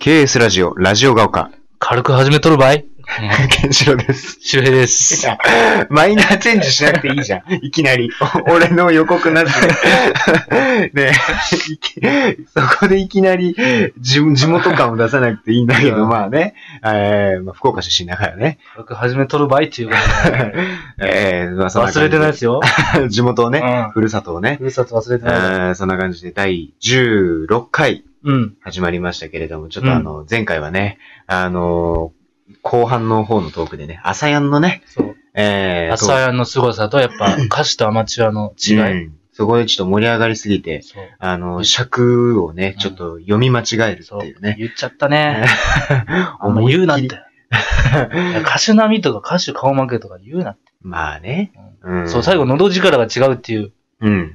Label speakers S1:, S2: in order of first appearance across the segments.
S1: TS ラジオ、ラジオが丘、
S2: 軽く始めとるばい、うん、
S1: ケンシロウです。
S2: 周平です。
S1: マイナーチェンジしなくていいじゃん。いきなり。お俺の予告なしで。ねえいきそこでいきなり地地元感を出さなくていいんだけど、まあね。えーまあ、福岡出身だからね。
S2: 軽く始めとるばいっていうことで
S1: えーまあ、 そん
S2: 忘れてないですよ。
S1: い。 地元を
S2: う
S1: ね、
S2: ん。
S1: ふるさとをね
S2: ふ。るさと忘れて
S1: え
S2: ない。
S1: ーそんな感じで第16回
S2: うん。
S1: 始まりましたけれども、ちょっとあの、前回はね、あの後半の方のトークでね、朝やんのね、
S2: そう。
S1: えー、
S2: 朝やんの凄さと、やっぱ、歌手とアマチュアの違い。
S1: うんそこでちょっと盛り上がりすぎて、
S2: そう。
S1: あの、尺をね
S2: う、ん
S1: ちょっと読み間違える
S2: そ。
S1: っていううね。
S2: 言っちゃったね。あんま
S1: 思いっ
S2: 言うなっ
S1: き
S2: て。
S1: り
S2: いや歌手並みとか歌手顔負けとか言うなって。
S1: まあね。ん
S2: そう、最後、喉力が違うっていう
S1: うん。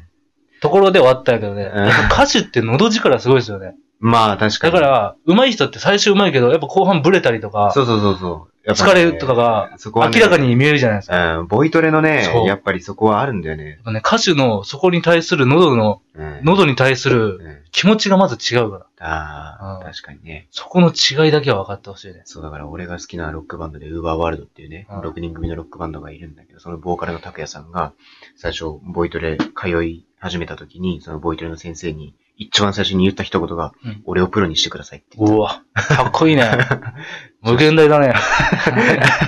S2: ところで終わったんやけどね。
S1: うん
S2: やっぱ歌手って喉力すごいですよね。
S1: まあ確か
S2: だ
S1: に。
S2: から、上手い人って最初上手いけど、やっぱ後半ブレたりとか、
S1: そうそうそうそう。やっぱ
S2: 疲
S1: ね
S2: れるとかが
S1: そこ
S2: 明
S1: はね
S2: らかに見えるじゃないですか。
S1: うん、ボイトレのね
S2: そ、う
S1: やっぱりそこはあるんだよね
S2: や。っぱね、歌手のそこに対する喉の、
S1: うん。
S2: 喉に対す
S1: う
S2: る
S1: ん
S2: 気持ちがまず違うから、
S1: あ
S2: う
S1: あ、
S2: ん
S1: 確かにね。
S2: そこの違いだけは分かってほしいです。
S1: そうだから俺が好きなロックバンドで Uber World っていうね、
S2: うん
S1: 6人組のロックバンドがいるんだけど、そのボーカルの拓也さんが、最初、ボイトレ通い始めた時に、そのボイトレの先生に、一番最初に言った一言が、
S2: うん
S1: 俺をプロにしてくださいって言っ
S2: うわ、かっこいいね。 無限大だね。
S1: た。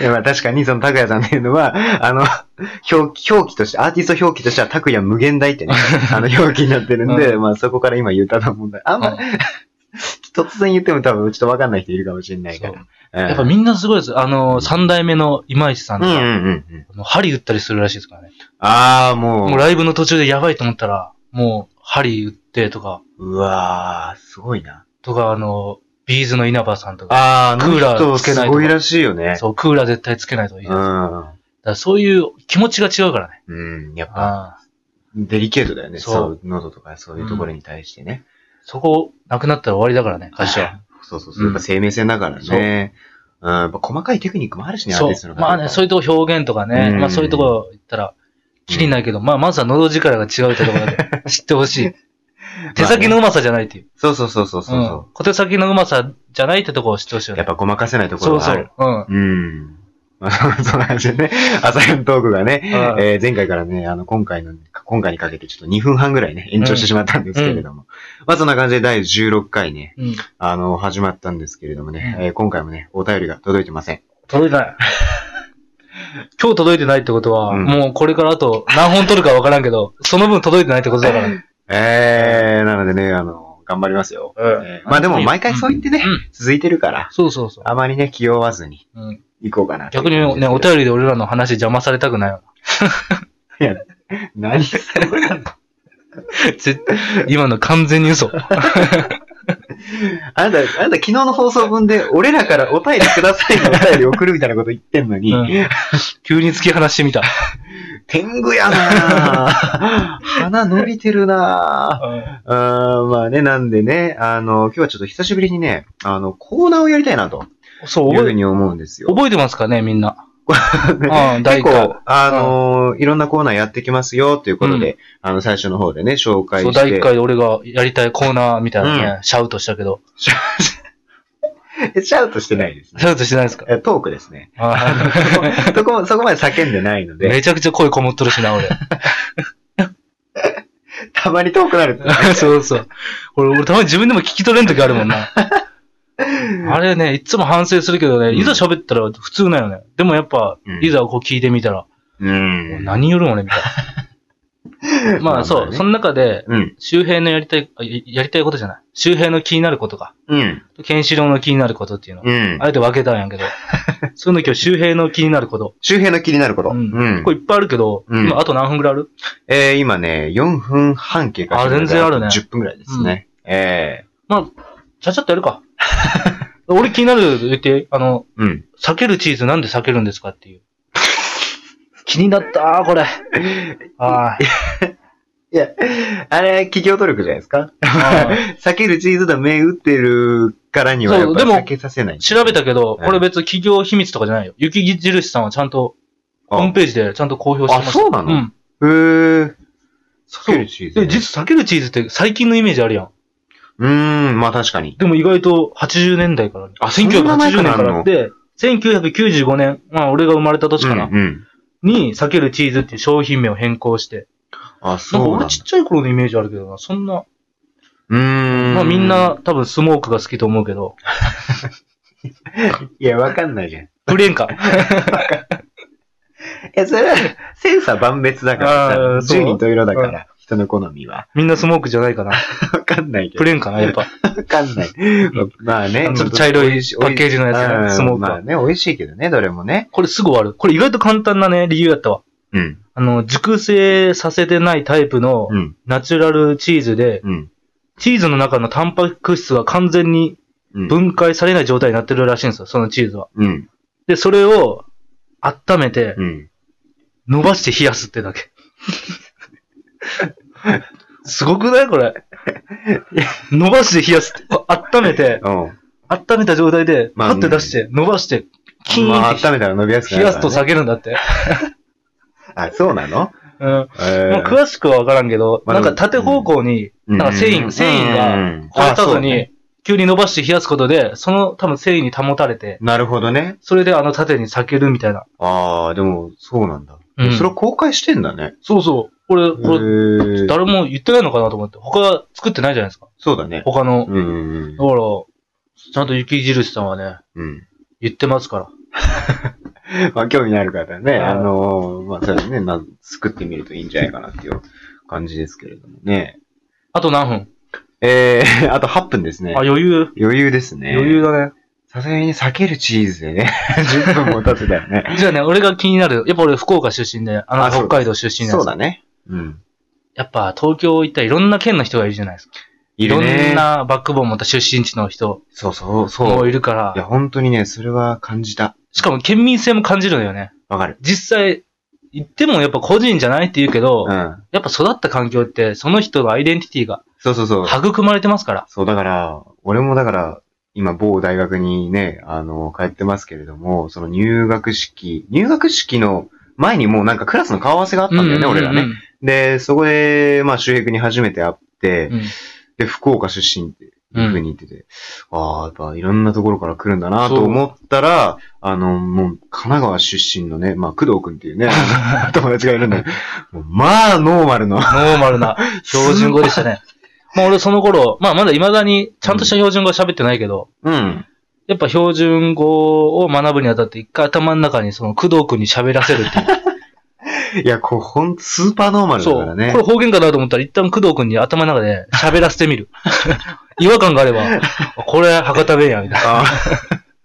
S1: いやまあ確かにその拓也さんっていうのは、 あの、表記、表記として、アーティスト表記としては拓也無限大 ってね、あの表記になってるんで、まあそこから今言ったと思うんだ。あんま、
S2: うん
S1: 突然言っても多分ちょっとわかんない人いるかもしれないか
S2: そう
S1: ら。
S2: やっ
S1: う
S2: ぱ
S1: ん
S2: みんなすごいです。あの、三代目の今市さん
S1: う
S2: と
S1: んうん
S2: か、
S1: うんうん。
S2: あの針打ったりするらしいですからね。
S1: ああ、もう。
S2: もうライブの途中でやばいと思ったら、もう針打ってとか、
S1: うわー、すごいな。
S2: とか、あの、ビーズの稲葉さんとか、
S1: あ
S2: ークーラーつけ
S1: す
S2: ないとか
S1: ごいらしいよね。
S2: そう、クーラー絶対つけないといいです。
S1: う
S2: だか
S1: ん。
S2: らそういう気持ちが違うからね。
S1: うん、やっぱ、
S2: ああ
S1: デリケートだよね。
S2: そう
S1: そう、喉とかそういうところに対してね。
S2: そこ、なくなったら終わりだからね、歌手は。
S1: そうそうそう、やっぱ生命線だからね。うん、やっぱ細かいテクニックもあるしね、アー
S2: そ
S1: ティストの
S2: う。まあね、そう
S1: う
S2: いうとこ表現とかね、
S1: うん
S2: まあそういうとこ言ったら、きりないけど、まあまずは喉力が違うってところで 知ってほしい。手先のうまさじゃないっていう。
S1: そうそうそうそうそう
S2: うん。小手先のうまさじゃないってとこを知ってほしいよ
S1: やっ
S2: ね。
S1: ぱごまかせないとこ
S2: そ
S1: ろ
S2: う
S1: が
S2: そ
S1: ある。
S2: う。うん。
S1: うん。 まあ、そんな感じでね、朝日のトークがね、
S2: うん
S1: えー前回からね、あの、今回の、今回にかけてちょっと2分半ぐらいね、延長してしまったんですけれども。まあ、そんな感じで第16回ね、
S2: うん。
S1: あの、始まったんですけれどもね、
S2: うん
S1: えー今回もね、お便りが届いてません。
S2: 届いて ない。今日届いてないってことは、
S1: うん
S2: もうこれからあと何本取るかわからんけど、その分届いてないってことだから。うん。
S1: えー、なのでね、あの、頑張りますよ。えーまあでも、毎回そう言ってね、
S2: うん
S1: 続いてるから、
S2: そうそうそう。
S1: あまりね、気負わずに
S2: うん、
S1: 行こうかな。
S2: 逆にね、お便りで俺らの話邪魔されたくないわ。
S1: り。何 それ
S2: 絶今の完全に嘘。
S1: あなた、あなた昨日の放送分で、俺らからお便りくださいのお便り送るみたいなこと言ってんのに、
S2: うん急に突き放してみた。
S1: 天狗やなぁ鼻伸びてるなぁあーまあね、なんでね、あの、今日はちょっと久しぶりにね、あの、コーナーをやりたいなという
S2: そ、
S1: うふう
S2: 覚え、
S1: に思うんですよ。
S2: 覚えてますかね、み んな。うん、
S1: 結
S2: 大体。
S1: 構、あのーいろんなコーナーやってきますよということで、あの、最初の方でね、紹介
S2: そう、
S1: し
S2: 第1
S1: て。
S2: 回で俺がやりたいコーナーみたいなね、シャウトしたけど。
S1: えシャウトしてないですね。
S2: シャウトしてないですか
S1: えトークです ね。
S2: あ
S1: そこも、そこまで叫んでないの
S2: ー
S1: で、
S2: めちゃくちゃ声こもっとる しな、俺。
S1: たまに遠くなると。
S2: そうそう。俺、俺たまに自分でも聞き取れん時あるもんな。あれね、いつも反省するけどね、
S1: ん
S2: いざ喋ったら普通なんよね。でもやっぱ
S1: う、ん
S2: いざこう聞いてみたら、
S1: う。
S2: もうん何よりもね、み たいな。まあそう、
S1: ね
S2: その中で、
S1: うん。
S2: 周平のやりたい、あややりたいことじゃない。周平の気になることか。
S1: うん。
S2: ケンシロウの気になることっていうの。
S1: うん
S2: あ。えて分けたんや けど。そういうの今日周平の気になること。
S1: 周辺の気になること。
S2: う
S1: うんん
S2: こ。れいっぱいあるけど、
S1: うん
S2: 今あと何分ぐらいある
S1: えー、今ね、4分半経過して
S2: あ全然あるね
S1: 10分ぐらいですね。え
S2: まあ、ちゃちゃっとや るか。俺気になる言って、あの、
S1: ー、うん。
S2: 避けるチーズなんで避けるんですかっていう。気になった ー、これ。あー
S1: いや、あれ、企業努力じゃないですか
S2: あー。
S1: 避けるチーズだ、目打ってるからには、や
S2: そ
S1: っ
S2: う
S1: ぱ
S2: でも
S1: 避けさせない。
S2: 調べたけど、
S1: うん
S2: これ別に企業秘密とかじゃないよ。雪印さんはちゃんと、
S1: あ
S2: ホームページでちゃんと公表してま
S1: あ、
S2: した。
S1: そうな
S2: う
S1: の
S2: ん。
S1: へー。避けるチーズね。
S2: で、実は避けるチーズって最近のイメージあるやん。
S1: うーん、まあ確かに。
S2: でも意外と80年代から、
S1: あそんな前
S2: 1980
S1: か
S2: 年
S1: ら
S2: からあって、1995年、まあ俺が生まれた年かな、
S1: うん、うん。
S2: に、避けるチーズっていう商品名を変更して、
S1: あ、
S2: なんか
S1: そうなんだ
S2: 俺ちっちゃい頃のイメージあるけどな、そんな、
S1: うーん。
S2: まあみんな、多分スモークが好きと思うけど、
S1: いや、わかんないじゃん。い
S2: プレーン か。
S1: や、それは、センサー万別だから
S2: あー
S1: さ、
S2: そう
S1: 十人十色だから、人の好み は。
S2: みんなスモークじゃないかな。
S1: わかんないけど。
S2: プレーンかな、やっぱ。
S1: わかんない。 まあ
S2: ちょ
S1: ね
S2: っ。と茶色いパッケージのや
S1: うん
S2: つ、スモーク
S1: ま
S2: は
S1: あ。ね、美味しいけどね、どれもね。
S2: これすぐ終わる。これ意外と簡単なね、理由やったわ。
S1: うん。
S2: あの、熟成させてないタイプの
S1: うん。
S2: ナチュラルチーズで、
S1: うん。
S2: チーズの中のタンパク質が完全に
S1: うん。
S2: 分解されない状態になってるらしいんですよ、そのチーズは。
S1: うん。
S2: で、それを温めて、
S1: うん。
S2: 伸ばして冷やすってだけ。すごくないこれ。伸ばして冷やすって。あ温めて、
S1: うん。
S2: 温めた状態で、
S1: まあ
S2: パッて出して、伸ばして、キーン
S1: まあ、
S2: って
S1: 温めたら伸びやすくな
S2: 冷
S1: る
S2: や
S1: から
S2: す
S1: ね。
S2: と下げるんだって。
S1: あ、そうなの
S2: うん。 も
S1: えー
S2: う詳しくはわからんけど、
S1: まあ
S2: な
S1: で
S2: ん
S1: も
S2: か縦方向に、
S1: うん
S2: なんか繊維、
S1: うん
S2: 繊維
S1: うん
S2: が折れた
S1: あそ
S2: 後
S1: うね
S2: に、急に伸ばして冷やすことで、その多分繊維に保たれて、
S1: なるほどね。
S2: それであの縦に裂けるみたいな。
S1: ああ、でも、そうなんだ。
S2: うん
S1: それを公開してんだね。
S2: そうそう。これ、
S1: へ
S2: これ、
S1: ー
S2: 誰も言ってないのかなと思って。他作ってないじゃないですか。
S1: そうだね。
S2: 他の
S1: うんうん
S2: だから、ちゃんと雪印さんはね、
S1: うん。うん。
S2: 言ってますから。
S1: まあ、興味のある方はね、
S2: はい
S1: あのーまあ、そうですね、な作ってみるといいんじゃないかなっていう感じですけれどもね。
S2: あと何分
S1: えー、 あと8分ですね。
S2: あ、余裕。
S1: 余裕ですね。
S2: 余裕だね。
S1: さすがに避けるチーズで ね、10分も経つだよね。
S2: じゃあね、俺が気になる。やっぱ俺福岡出身で、あ
S1: あ
S2: の
S1: そう
S2: 北海道出身なん
S1: そ
S2: で
S1: うだ
S2: す
S1: ね。うん。
S2: やっぱ東京行ったらいろんな県の人がいるじゃないですか。
S1: いるね。
S2: ろんなバックボーン持った出身地の人
S1: そうそう、そ
S2: も
S1: う。
S2: い
S1: い
S2: るから、
S1: や、本当にね、それは感じた。
S2: しかも県民性も感じるのよね。
S1: わかる。
S2: 実際、行ってもやっぱ個人じゃないって言うけど、
S1: うん。
S2: やっぱ育った環境ってその人のアイデンティティが
S1: そうそうそう。
S2: 育まれてますから。
S1: そう、だから、俺もだから、今、某大学にね、あの、通ってますけれども、その入学式、入学式の前にもうなんかクラスの顔合わせがあったんだよね、
S2: うんうんうん
S1: 俺らね。で、そこで、まあ、周平に初めて会って、
S2: うん
S1: で、福岡出身っていう風に言ってて、ああ、やっぱいろんなところから来るんだな
S2: そう
S1: と思ったら、あの、もう、神奈川出身のね、まあ、工藤くんって いうね、あの友達がいるんだけど、もうまあ、ノーマルの。
S2: ノーマルな標準語でし たね。まあ俺その頃、まあまだ未だにちゃんとした標準語は喋ってないけど、
S1: うん。
S2: やっぱ標準語を学ぶにあたって一回頭の中にその工藤くんに喋らせるって いう。
S1: いや、こう、ほん、スーパーノーマルだ
S2: そ
S1: か
S2: う。こ
S1: ら
S2: れ
S1: ね。
S2: 方言かなと思ったら一旦工藤くんに頭の中で喋らせてみる。 違和感が あれば、あこれ博多弁や、みたいな。
S1: あー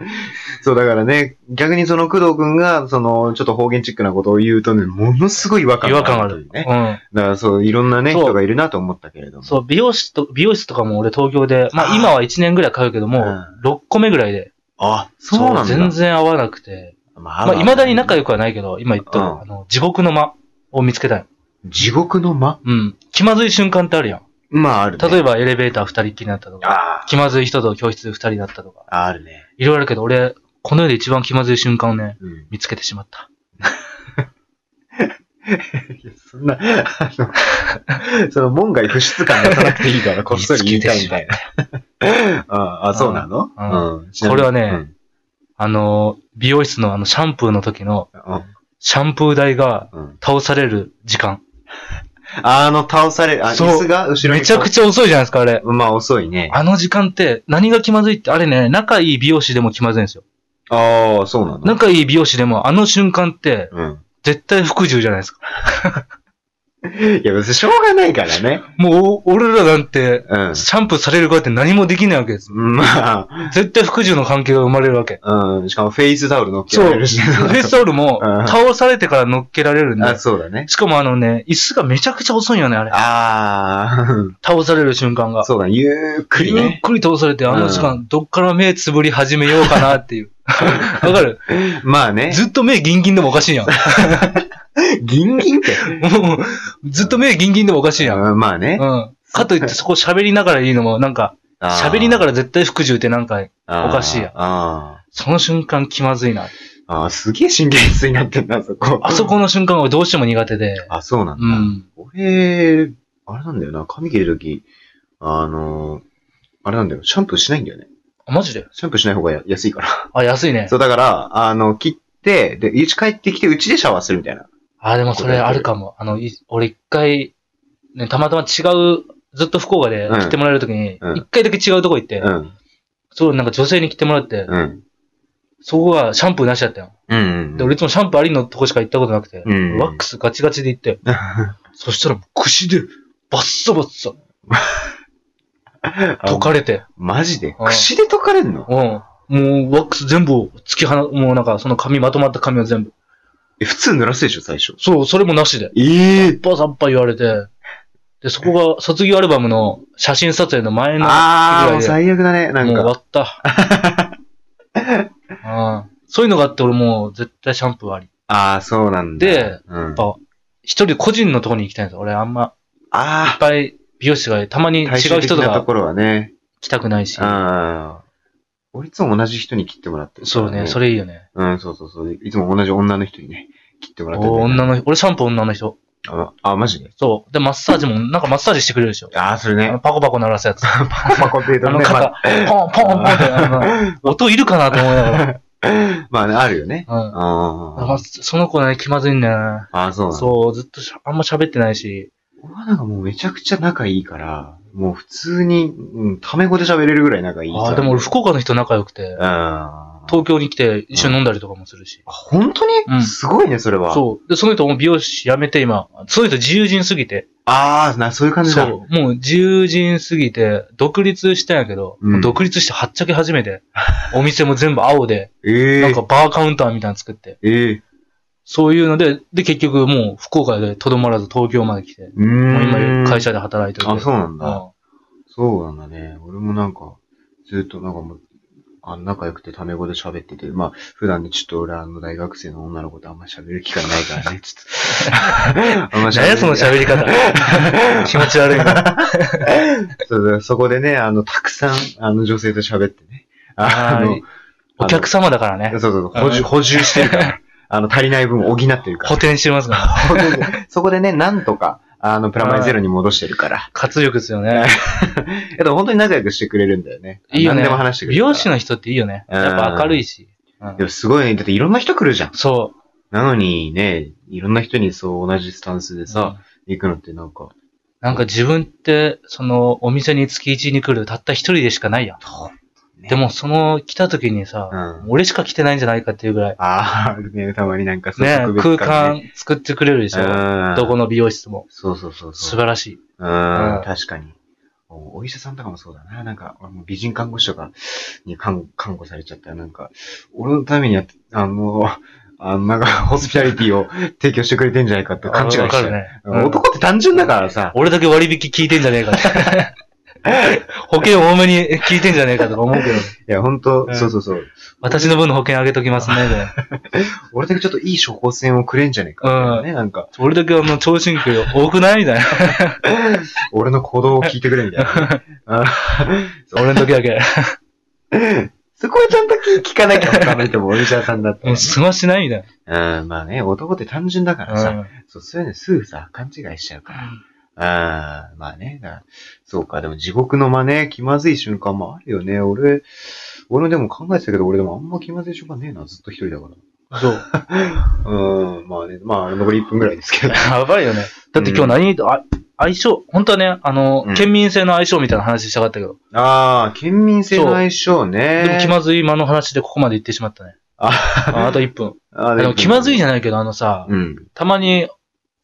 S1: そう、だからね、逆にその工藤くんが、その、ちょっと方言チックなことを言うとね、ものすごい違和感
S2: 違和感があ
S1: とい
S2: る
S1: う。ね。
S2: う
S1: だからそう、いろんなね、
S2: そう
S1: 人がいるなと思ったけれども。
S2: ん。そう、美容室と、美容室とかも俺東京で、まあ今は1年ぐらい通うけども、
S1: うん
S2: 6個目ぐらいで。
S1: あ、そうなんだ。
S2: そう全然合わなくて。
S1: ま
S2: まあ未だに仲
S1: 良
S2: 良くはないけど、今言った、
S1: うん
S2: あの、地獄の間を見つけたい。
S1: 地獄の間
S2: うん。気まずい瞬間ってあるやん。
S1: まあ、あるね。
S2: 例
S1: え
S2: えばエレベーター二人っきりになったとか、
S1: あ
S2: 気まずい人と教室二人だったとか、
S1: あ、あるね。
S2: いろいろあるけど、俺、この世で一番気まずい瞬間をね、
S1: うん。
S2: 見つけてしまった。
S1: そんな、 あの、その門外不出感出さなくていい から、こっそり言いたいみたいな。 ああ、そうなの
S2: うん
S1: うん。ちなみに
S2: これはね、あの、美容室のあの、シャンプーの時の、
S1: うん
S2: シャンプー台が
S1: うんうん
S2: 倒される時間。
S1: あの、倒され、あ、
S2: そう
S1: 椅子が後ろに。
S2: めちゃくちゃ遅いじゃないですか、あれ。
S1: まあ遅いね。
S2: あの時間って、何が気まずいって、あれね、仲いい美容師でも気まずいんですよ。
S1: ああ、そうなの
S2: 仲いい美容師でも、あの瞬間って、
S1: うん。
S2: 絶対服従じゃないですか。
S1: いや別にしょうがないからね。
S2: もう、お俺らなんて、
S1: うん。
S2: シャンプーされる側って何もできないわけです。
S1: ま
S2: 絶対服従の関係が生まれるわけ。
S1: あ、うん。しかもフェイスタオル乗っけ
S2: そう。
S1: ら
S2: フ
S1: れ
S2: ェ
S1: るしね。
S2: スタオルも
S1: うん
S2: 倒されてから乗っけられるん
S1: あ、
S2: で。
S1: そうだね。
S2: しかもあのね、椅子がめちゃくちゃ遅いよね、あれ。
S1: あ
S2: 倒される瞬間
S1: あ、
S2: が。
S1: そうだね。ゆっくり
S2: ゆっ
S1: ね。
S2: くり倒されて、あの時間、どっから目つぶり始めようかなっ ていう。わかる
S1: まあね。
S2: ずっと目ギンギンでもおかしいやん。
S1: ギンギンって。
S2: もうずっと目ギンギンでもおかしいやん。
S1: うんまあ
S2: う
S1: ね。
S2: ん。かといってそこ喋りながらいいのも、なんか、喋りながら絶対服従ってなんか、
S1: ら
S2: おかしいやん
S1: あ
S2: その瞬間気まずいな。
S1: ーあー、すげえ神経質になってんな、そこ。
S2: あそこの瞬間はどうしても苦手で。
S1: あ、そうなん
S2: う
S1: だ。
S2: ん。
S1: 俺、あれなんだよな、髪切るとき、あの、あれなんだよ。シャンプーしないんだよね。
S2: あマジで
S1: シャンプーしない方がや安いから。
S2: あ、安いね。
S1: そう、だから、あの、切って、で、家帰ってきて、うちでシャワーするみたいな。
S2: あ、でもそれあるかも。あの、い俺一回、ね、たまたま違う、ずっと福岡で
S1: うん
S2: 来てもらえるときに、一、
S1: うん
S2: 回だけ違うとこ行って、
S1: うん。
S2: そう、なんか女性に来てもらって、
S1: うん。
S2: そこはシャンプーなしだったよ。
S1: うんうん
S2: で、俺いつもシャンプーありのとこしか行ったことなくて、
S1: うん
S2: ワックスガチガチで行って、そしたらもう串で、バッサバッサ、溶かれて、
S1: マジで
S2: うん
S1: 口で溶かれんの
S2: うん。もう、ワックス全部を突き放、もうなんか、その髪、まとまった髪を全部。
S1: え、普通濡らすでしょ、最初。
S2: そう、それもなしで。
S1: ええ
S2: バッサッパ言われて、で、そこが卒業アルバムの写真撮影の前の、
S1: あ
S2: ぐ
S1: ー、も
S2: らいうで
S1: 最悪だね。なん
S2: もう終わ
S1: か。
S2: った。 うんそういうのがあって、俺もう絶対シャンプーあり。
S1: あー、そうなんだ。
S2: で、
S1: うん
S2: ぱ。一人個人のとこに行きたいんです俺あんま、いっ
S1: あ
S2: ぱい美容師がたまに
S1: ー、
S2: 違
S1: 対照
S2: う
S1: 的
S2: 人と
S1: なと
S2: か
S1: ころはね。
S2: 来たくないし。
S1: あー。俺いつも同じ人に切ってもらってるから
S2: そうね、それいいよね。
S1: うん、そうそうそう。いつも同じ女の人にね、切ってもらって
S2: お女
S1: の
S2: の、俺シャンプー女の人。
S1: あ、あマジで
S2: そう。で、マッサージも、なんかマッサージしてくれるでしょ。
S1: あー、それ
S2: あの
S1: ね。
S2: パコパコ鳴らす やつ。あ
S1: パコって言うと
S2: の
S1: ね、ま
S2: 肩、ポンポンポンって、あ の音いるかなと思いながら。
S1: あ まあね、あるよね。
S2: うん
S1: あ
S2: あ
S1: ー
S2: まあ。その子ね、気まずいんだよな。
S1: あー、そうなんだ。
S2: そう、ずっとしゃあんま喋ってないし。
S1: 僕はなんかもうめちゃくちゃ仲いいから、もう普通に、うん、タメ語で喋れるぐらい仲いい人
S2: あーでも俺福岡の人仲良くて
S1: うん。、あ、
S2: 東京に来て一緒に飲んだりとかもするし。
S1: 本当に、
S2: うん
S1: すごいね、それは。う。
S2: そう。で、その人も美容師辞めて今、その人自由人すぎて。
S1: ああ、な、そういう感じだ。
S2: そう。もう自由人すぎて、独立したんやけど、
S1: うん
S2: もう独立してはっちゃけ始 めて、お店も全部青で、
S1: ええ
S2: なんかバーカウンターみたいなの作って。
S1: ええ
S2: そういうので、で、結局もう福岡でとどまらず東京まで来て、
S1: うーん。
S2: もう今会社で働いてる。
S1: あ、そうなんだ。
S2: うん
S1: そうなんだね。俺もなんか、ずっとなんかもう、あ仲良くてタメ語で喋ってて、まあ、普段ね、ちょっと俺あの大学生の女の子とあんま喋る機会ないからね、ちょ っと。あんま喋る
S2: 何やその 喋り方。気持ち悪いな。
S1: そうだそこでね、あの、たくさん、あの女性と喋ってね。あ
S2: は
S1: の
S2: い、お客様だから
S1: そう
S2: ね。
S1: そうそう、補
S2: う
S1: 充、
S2: ん
S1: 補充してるから。あの、足りない分補ってるか
S2: 補填してますから。
S1: ら。補填して そこでね、なんとか、あの、プラマイゼロに戻してるから。
S2: 活力ですよ ね。
S1: えっと、本当に仲良くしてくれるんだよね。
S2: いいよね。
S1: 何でも話してくれ
S2: 美
S1: るから。
S2: 容師の人っていいよね。やっぱ明るいし。うん
S1: でもすごいね。だっていろんな人来るじゃん。
S2: そ
S1: なのにね、いろんな人にそう同じスタンスで
S2: う。
S1: さ、行くのってなんか、
S2: なんか自分って、その、お店に月1に来るたった一人でしかないやん。
S1: ね
S2: でも、その、来た時に
S1: う
S2: さ、
S1: ん。
S2: 俺しか来てないんじゃないかっていうぐらい。
S1: あーあるね、たまになんかそう
S2: ね、空
S1: 感ね
S2: 間作ってくれるでしょ。
S1: うん
S2: どこの美容室も。
S1: そうそうそう
S2: 素
S1: そう。
S2: 晴らしい。
S1: うん
S2: う、ん
S1: 確かに。おお医者さんとかもそうだな。なんか、俺も美人看護師とかに看看護されちゃったら、なんか、俺のためにやって、あの、あの、なんか、 ホスピタリティを提供してくれてんじゃないかって勘違いし
S2: わ
S1: ち
S2: か
S1: ゃう
S2: るね。
S1: うん
S2: うん
S1: 男って単純だからさ。
S2: 俺だけ割引聞いてんじゃねえか って。保険多めに聞いてんじゃねえかとか思うけど、
S1: いや、ほんと
S2: う、ん
S1: そうそうそう。
S2: 私の分の保険あげときますね。で
S1: 俺だけちょっといい処方箋をくれんじゃねえか。ね、なんか、
S2: 俺だけあの、聴診器多くないみた いな。
S1: 俺の行動を聞いてくれみ たいな。あ
S2: 俺の時だけ。
S1: そこはちゃんと聞聞かなきゃ他の人もお医者さんだった
S2: も
S1: ら
S2: う、済ましないみたい
S1: うん、まあね、男って単純だから
S2: な。
S1: さ。そう、そういうのすぐさ、勘違いしちゃうから。あーまあね、だからそうか、でも地獄の真似、気まずい瞬間もあるよね。俺、俺もでも考えてたけど、俺でもあんま気まずい瞬間ねえな、ずっと一人だから。
S2: うんそう。
S1: うん、まあね、まあ、残り1分ぐらいですけど。
S2: やばいよね。だって今日何、あ相性、本当はね、あの、
S1: うん
S2: 県民性の相性みたいな話したかったけど、
S1: ああ、県民性の相性ね。
S2: でも気まずい間の話でここまで行ってしまったね。ああ
S1: あ
S2: と1分。
S1: あ
S2: でも気まずいじ
S1: ゃ
S2: ゃないけど、あのさ、
S1: うん。
S2: たまに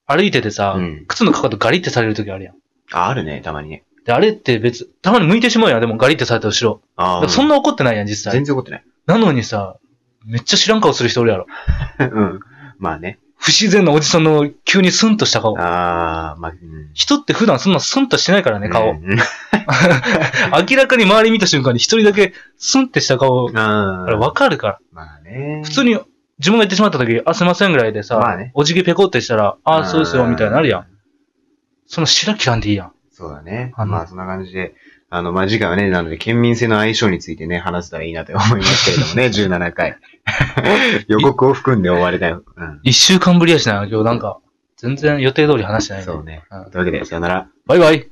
S2: 歩いててさ、
S1: うん。
S2: 靴のかかとガリってされる時あるやん。
S1: あ、あるね、たまにね。
S2: で、あれって別、たまに向いてしまうやん、でもガリってされた後ろ。だ
S1: あ
S2: から
S1: あ。
S2: そんな怒ってないやん、実際
S1: 全。然怒ってない。
S2: なのにさ、めっちゃ知らん顔する人おるやろ。
S1: うん。まあね。
S2: 不自然なおじさんの急にスンとした顔。
S1: ああ、まあ、うん。
S2: 人って普段そんなスンとしてないからね、顔。
S1: うん。
S2: 明らかに周り見た瞬間に一人だけスンってした顔。
S1: あ
S2: あれわかるから。
S1: まあね。
S2: 普通に自分が言ってしまった時、あ、すいませんぐらいでさ、
S1: まあね
S2: お辞儀ペコってしたら、あ
S1: ん
S2: そうですよ、みたいになるやん。。その白切らんでいいやん。
S1: そうだね。
S2: あの
S1: まあ、そんな感じで。あの、まあ、次回はね、なので、県民性の相性についてね、話せたらいいなと思いますけれど もね、17回。 予告を含んで終わりだよ。う。
S2: 一週間ぶりやしな、今日なんか、全然予定通り話してなんい、
S1: そうね。
S2: うん
S1: というわけで、さよなら。
S2: バイバイ。